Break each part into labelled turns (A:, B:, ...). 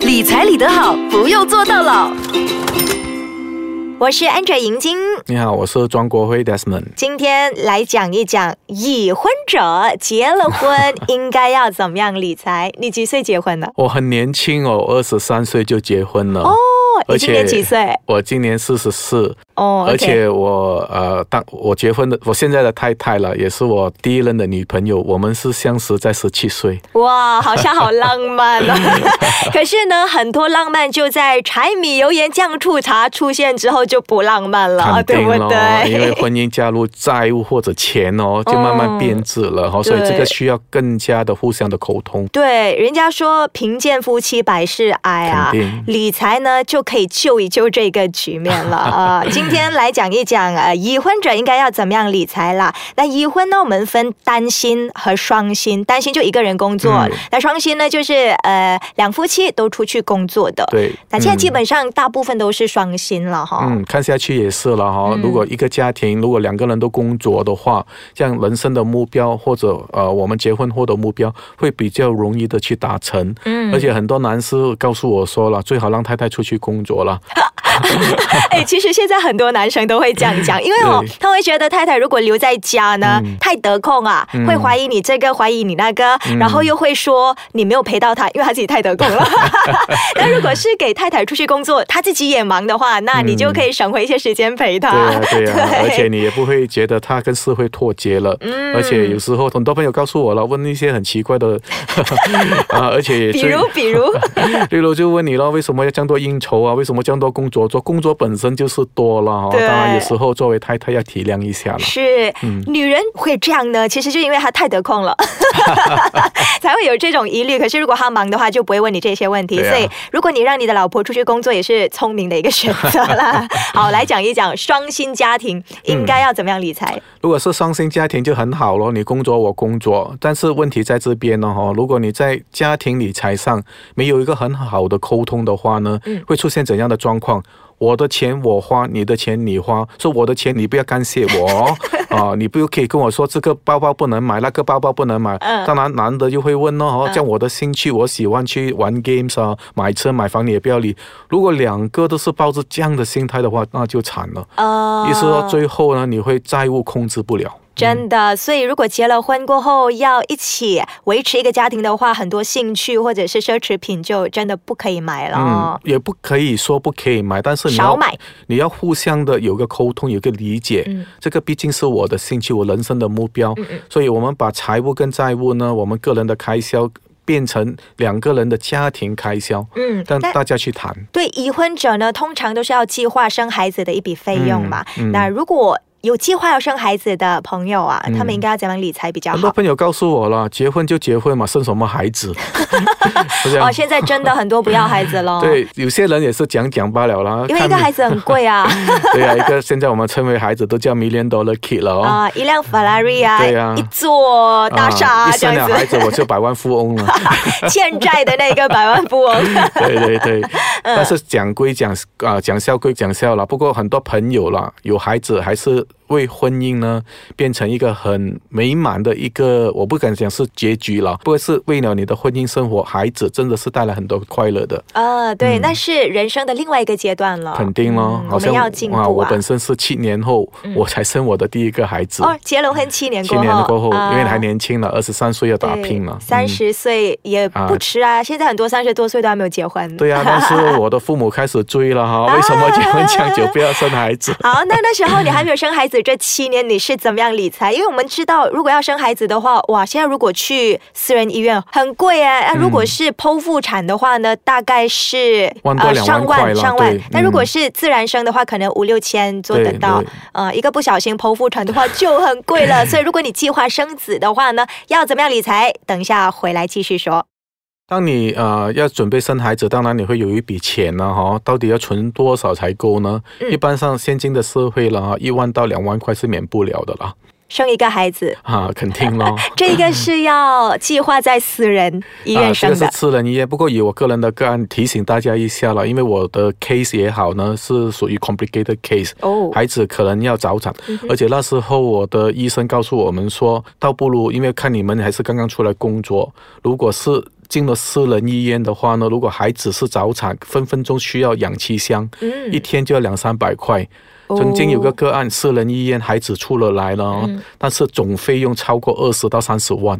A: 理财理得好，不用做到老。我是 Angel 银晶，
B: 你好，我是庄国辉 Desmond。
A: 今天来讲一讲已婚者结了 婚应该要怎么样理财。你几岁结婚的？
B: 我很年轻哦，二十三岁就结婚了。
A: 哦，
B: 而
A: 你今
B: 且
A: 年几岁？
B: 我今年四十四，
A: 哦，
B: 而且我呃，当我结婚的，我现在的太太了，也是我第一任的女朋友，我们是相识在十七岁。
A: 哇，好像好浪漫 哦。
B: 嗯
A: 可是呢，很多浪漫就在柴米油盐酱醋茶出现之后就不浪漫了，
B: 肯
A: 哦对
B: 定
A: 不
B: 咯，因为
A: 对？
B: 婚姻加入债务或者钱 哦，就慢慢变质了哦哈、所以这
A: 对
B: 个需要更加的互相的沟通。
A: 对，人家说贫贱夫妻百事哀啊
B: 肯定，
A: 理财呢就可以救一救这个局面 了啊、今天来讲一讲呃，已婚者应该要怎么样理财啦。那已婚呢，我们分单薪和双薪，单薪就一个人工作，
B: 嗯
A: 那双薪呢就是呃两夫妻都出去工作的。
B: 对，
A: 那现
B: 嗯
A: 在基本上大部分都是双薪了哈。
B: 嗯，看下去也是了哈。
A: 啊嗯
B: 如果一个家庭如果两个人都工作的话，这样人生的目标或者呃我们结婚后的目标会比较容易的去达成。
A: 嗯
B: 而且很多男士告诉我说了，最好让太太出去工作了。
A: 哎、其实现在很多男生都会这样讲，因为哦，
B: 对嗯
A: 他会觉得太太如果留在家呢，太得空啊，会怀疑你这个，怀疑你那个，
B: 嗯
A: 然后又会说你没有陪到他，因为他自己太得空 了。 那如果是给太太出去工作，她自己也忙的话，那你就可以省回一些时间陪她。
B: 对呀、对呀、
A: 啊对
B: 而且你也不会觉得他跟社会脱节了。嗯，而且有时候很多朋友告诉我了，问一些很奇怪的 啊，而且也
A: 比
B: 最
A: 如，比如，
B: 例如就问你了，为什么要这样多应酬啊？为什么这样多工作做？工作本身就是多了哈。当
A: 对
B: 然，有时候作为太太要体谅一下了。
A: 是、
B: 嗯
A: 女人会这样呢，其实就因为她太得 空了， 才会有这种疑虑。可是如果她忙的话，就不会问你这些问题。
B: 对啊
A: 所以，如果你让你的老婆出去工作，也是聪明的一个选择 啦。好，来讲一讲双薪家庭应该要怎么样理财。
B: 如果是双薪家庭就很好咯，你工作我工作，但是问题在这边呢哈，如果你在家庭理财上没有一个很好的沟通的话呢，
A: 嗯
B: 会出现怎样的状况？我的钱我花，你的钱你花，说我的钱你不要干涉我 哦啊，你不可以跟我说这个包包不能买，那个包包不能买。
A: 嗯
B: 当然男的就会问咯，哦，
A: 嗯
B: 像我的兴趣，我喜欢去玩 games 啊，买车买房你也不要理。如果两个都是抱着这样的心态的话，那就惨了。
A: 呃
B: 嗯意思说最后呢，你会债务控制不了。
A: 真的，所以如果结了婚过后要一起维持一个家庭的话，很多兴趣或者是奢侈品就真的不可以买了
B: 嗯
A: 哦。，
B: 也不可以说不可以买，但是你
A: 少
B: 要
A: 买，
B: 你要互相的有个沟通，有个理解。
A: 嗯
B: 这个毕竟是我的兴趣，我人生的目标。
A: 嗯嗯
B: 所以，我们把财务跟债务呢，我们个人的开销变成两个人的家庭开销，
A: 嗯，
B: 让
A: 但
B: 大家去谈。
A: 对已婚者呢，通常都是要计划生孩子的一笔费用嘛。
B: 嗯嗯
A: 那如果有计划要生孩子的朋友啊，他们应该要怎么样理财比
B: 嗯
A: 较
B: 很多
A: 好？
B: 朋友告诉我了，结婚就结婚嘛，生什么孩 子？是这样
A: 哦，现在真的很多不要孩子 咯，
B: 对，有些人也是讲讲罢了啦。
A: 因为一
B: 看
A: 个孩子很贵啊
B: 对啊，一个现在我们称为孩子都叫 million dollar kid 了哦。
A: 啊，一辆法拉利啊
B: 对，啊
A: 一座大厦
B: 啊
A: 啊
B: 一
A: 这
B: 生了
A: 样
B: 孩子
A: 子，
B: 我就百万富翁 了。
A: 欠债的那个百万富翁。
B: 对对对，
A: 嗯
B: 但是讲归讲啊、讲笑归讲笑了。不过很多朋友啦，有孩子还是为婚姻呢变成一个很美满的一个，我不敢讲是结局了，不过是为了你的婚姻生活，孩子真的是带来很多快乐的，
A: 啊，
B: 嗯
A: 对，那是人生的另外一个阶段了，
B: 肯定咯。
A: 嗯
B: 好
A: 我们
B: 像
A: 要进步
B: 哇我
A: 啊。
B: 本身是七年后、我才生我的第一个孩子。
A: 哦，结了婚七年
B: 七
A: 过后，
B: 年过后，因为
A: 啊
B: 还年轻了，二十三岁要打拼了，
A: 三
B: 嗯
A: 十岁也不迟啊，现在很多三十多岁都还没有结 婚。
B: 对呀、但是我的父母开始追了 哈，为什么结婚这样久不要生孩子？
A: 好，那那时候你还没有生孩子，这七年你是怎么样理财？因为我们知道，如果要生孩子的话，哇，现在如果去私人医院很贵哎、
B: 嗯
A: 那、如果是剖腹产的话呢，大概是
B: 万多两万
A: 上
B: 块
A: 万
B: 了
A: 上万
B: 对。
A: 但如果
B: 嗯
A: 是自然生的话，可能五六千 做得
B: 对
A: 到
B: 对。
A: 呃，一个不小心剖腹产的话就很贵了。所以如果你计划生子的话呢，要怎么样理财？等一下回来继续说。
B: 当你呃要准备生孩子，当然你会有一笔钱了哈，到底要存多少才够呢？
A: 嗯
B: 一般上现今的社会了哈，一万到两万块是免不了的啦，
A: 生一个孩子，
B: 啊，肯定 咯。
A: 这个是要计划在私人医院
B: 啊、
A: 生
B: 这
A: 的。
B: 个是私人医院，不过以我个人的个案提醒大家一下了，因为我的 case 也好呢，是属于 complicated case，
A: 哦嗯
B: 孩子可能要早产，而且那时候我的医生告诉我们说，倒不如因为看你们还是刚刚出来工作，如果是进了私人医院的话呢，如果还只是早产，分分钟需要氧气箱，
A: 嗯
B: 一天就要两三百块。
A: 哦
B: 曾经有个个案，私人医院孩子出了来了哦，
A: 嗯
B: 但是总费用超过二十到三十万。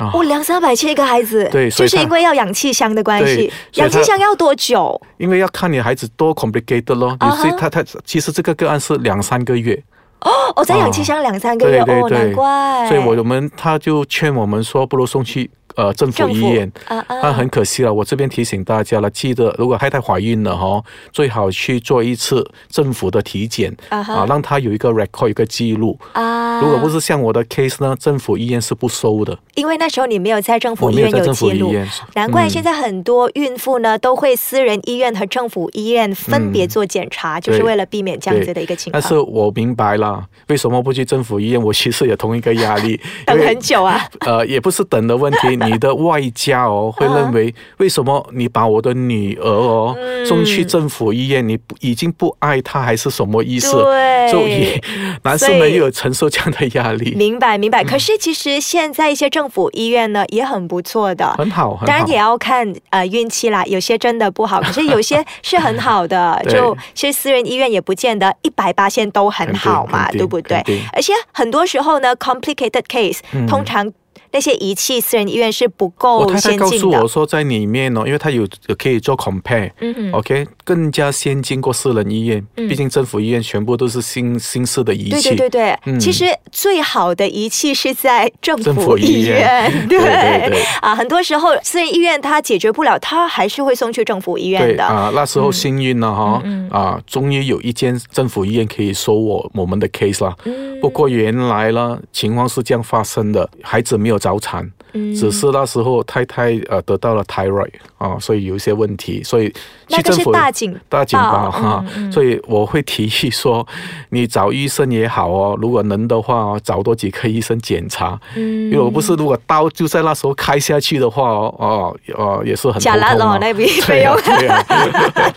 A: 哦，两三百切一个孩子，
B: 对所
A: 就
B: 以
A: 是
B: 他
A: 因为要氧气箱的关系
B: 对。所
A: 氧
B: 以他
A: 气箱要多久？
B: 因为要看你孩子多 complicated 咯，
A: 啊
B: 你
A: 哈
B: 是他他其实这个个案是两三个月，
A: 哦，我在氧气箱两三个月，
B: 啊对对
A: 哦，难
B: 对
A: 怪。
B: 所以我们他就劝我们说，不如送去呃政府
A: 政
B: 医院。
A: 府啊
B: 但
A: 啊，
B: 很可惜了，我这边提醒大家了，记得如果太太怀孕了哈、哦，最好去做一次政府的体检
A: 啊哈
B: 让她有一个 record 一个记录。
A: 啊
B: 如果不是像我的 case 呢，政府医院是不收的，
A: 因为那时候你没有在政府
B: 我
A: 医
B: 没有
A: 院
B: 在
A: 有
B: 政府
A: 记
B: 医
A: 录，
B: 院。
A: 难怪
B: 嗯
A: 现在很多孕妇呢、都会私人医院和政府医院分别做检
B: 嗯
A: 查，就是为了避免这样子的一个情
B: 但
A: 况。，
B: 是我明白了，为什么不去政府医院？我其实也同一个压力
A: 等很久 啊，
B: 呃，也不是等的问题，你的外家哦会认 为
A: 啊
B: 为什么你把我的女儿哦、
A: 嗯
B: 送去政府医院，你不已经不爱她还是什么意思？
A: 对
B: 所以男士
A: 所
B: 们
A: 以
B: 又有承受这样的压力，
A: 明白明白。
B: 嗯
A: 可是其实现在一些政府医院呢也很不错的。
B: 很好，很
A: 当然也
B: 好。，
A: 要看呃运气啦，有些真的不好，可是有些是很好的就是私人医院也不见得一百八线都很好嘛，
B: 肯定
A: 对不对
B: 肯定？嗯
A: 而且很多时候呢，complicated case、通常那些仪器私人医院是不
B: 我
A: 够
B: 太太
A: 哦先
B: 告
A: 进
B: 诉
A: 的
B: 我。说，在里面哦，因为她有可以做 compare，
A: 嗯哼嗯
B: OK，更加先进过私人医院，毕竟政府医院全部都是新新式的仪
A: 对
B: 器。
A: 对对对，
B: 嗯
A: 其实最好的仪器是在政
B: 政
A: 府
B: 府
A: 医
B: 医
A: 院
B: 院，
A: 对
B: 对对对
A: 啊，很多时候私人医院它解决不了，它还是会送去政府医
B: 对
A: 院的。嗯
B: 啊、那时候幸运了哈、啊，终于有一间政府医院可以收我我们的 case 啦。
A: 嗯
B: 不过原来呢，情况是这样发生的，孩子没有早产，
A: 嗯
B: 只是那时候太太呃得到了 thyroid 啊，所以有一些问题，所以
A: 那
B: 去
A: 个
B: 政
A: 是
B: 府
A: 大警
B: 大警报
A: 报嗯
B: 哈、所以我会提议说，你找医生也好哦，如果能的话哦，找多几个医生检查，
A: 嗯
B: 因为我不是如果刀就在那时候开下去的话哦，哦哦也是很头
A: 假
B: 痛
A: 烂
B: 哦
A: 了那笔
B: 对
A: 费
B: 呀
A: 用，
B: 对啊呀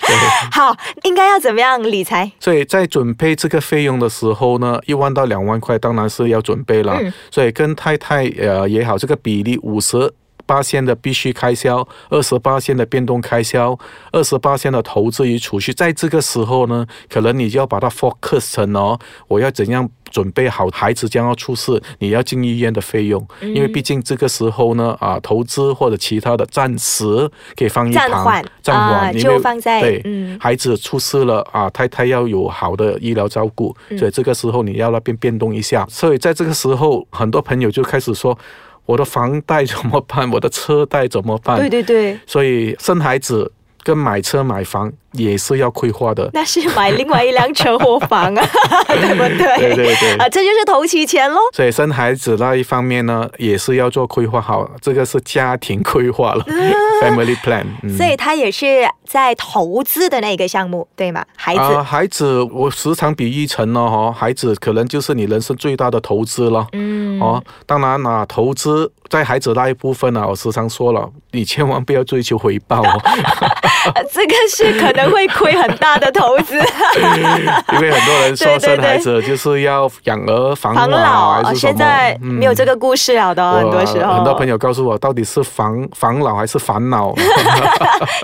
A: 好，应该要怎么样理财？
B: 所以在准备这个费用的时候呢，一万到两万块当然是要准备了。
A: 嗯
B: 所以跟太太呃也好，这个比例五十。八线的必须开销，二十八线的变动开销，二十八线的投资与储蓄，在这个时候呢，可能你就要把它 focus 成哦，我要怎样准备好孩子将要出事，你要进医院的费用，
A: 嗯
B: 因为毕竟这个时候呢，啊，投资或者其他的暂时可以放一旁，
A: 暂缓
B: 暂缓
A: 啊
B: 因为
A: 就放在
B: 对，
A: 嗯
B: 孩子出事了啊，太太要有好的医疗照顾，
A: 嗯
B: 所以这个时候你要那边变动一下。所以在这个时候，很多朋友就开始说，我的房贷怎么办？我的车贷怎么办？
A: 对对对，
B: 所以生孩子跟买车买房也是要规划 的。
A: 那是买另外一辆车或 房啊，对不对？
B: 对对对
A: 啊，这就是头期钱喽。
B: 所以生孩子那一方面呢，也是要做规划好，这个是家庭规划了、f a m i l y plan、嗯。
A: 啊所以它也是在投资的那个项目，对吗？孩子，
B: 啊，孩子，我时常比喻成了哈，孩子可能就是你人生最大的投资了。
A: 嗯，
B: 哦，当然啦、投资在孩子那一部分呢、啊我时常说了，你千万不要追求回报 哦，
A: 呃 这个是可能会亏很大的投 资。
B: 因为很多人
A: 对
B: 说
A: 对
B: 生孩
A: 对
B: 子就是要养儿防
A: 防老哦
B: 老啊还是什
A: 现
B: 么，
A: 在没有这个故事了的，
B: 我
A: 很多时候，
B: 很多朋友告诉我，到底是防防老还是烦 恼？ 哦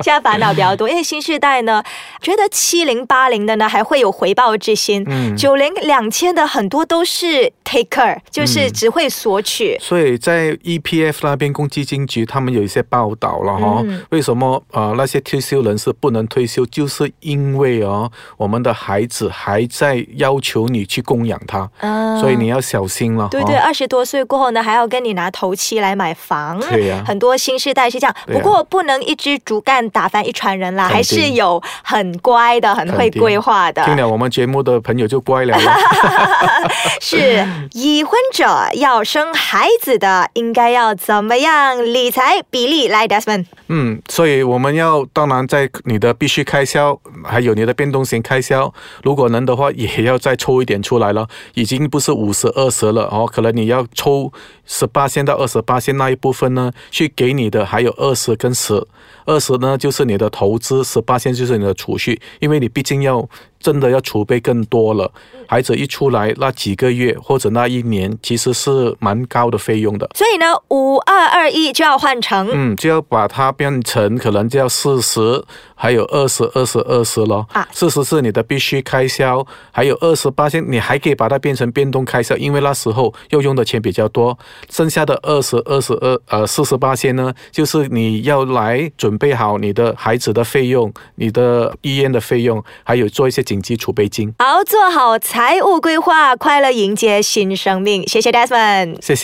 A: 现在烦恼比较多，因为新时代呢，觉得七零八零的呢还会有回报之心，
B: 嗯
A: 九零两千的很多都是 taker，就是
B: 嗯
A: 只会索取。
B: 所以在 EPF 那边，公积金局他们有一些报道了哈、
A: 嗯
B: 为什么呃那些退休人士不能退休，就是因为哦我们的孩子还在要求你去供养他，
A: 嗯
B: 所以你要小心了。
A: 对啊
B: 哈
A: 对，二十多岁过后呢，还要跟你拿头期来买房。
B: 对呀
A: 很多新世代是这样，
B: 对呀
A: 不过不能一支竹竿打翻一船人啦，
B: 肯定
A: 还是有很乖的、很会
B: 肯定
A: 规划的。
B: 听了我们节目的朋友就乖了咯。
A: 是已婚者要生孩子的，应该要怎么样理财比例来，Desmond？
B: 嗯，所以我们要当然在你的必须开销，还有你的变动型开销，如果能的话，也要再抽一点出来了。已经不是五十二十了哦，可能你要抽十八线到二十八线那一部分呢，去给你的还有二十跟十，二十呢就是你的投资，十八线就是你的储蓄，因为你毕竟要真的要储备更多了。孩子一出来那几个月或者那一年，其实是蛮高的费用的。
A: 所以呢，五二二一就要换成、
B: 嗯，就要把它变成可能就要四十，还有二十、二十、二十咯。
A: 啊
B: 四十是你的必须开销，还有二十八你还可以把它变成变动开销，因为那时候要用的钱比较多。剩下的二十、二十二、呃四十八呢，就是你要来准备好你的孩子的费用、你的医院的费用，还有做一些紧急储备金。
A: 好做好财务规划，快乐迎接新生命。谢谢 Desmond。
B: 谢谢。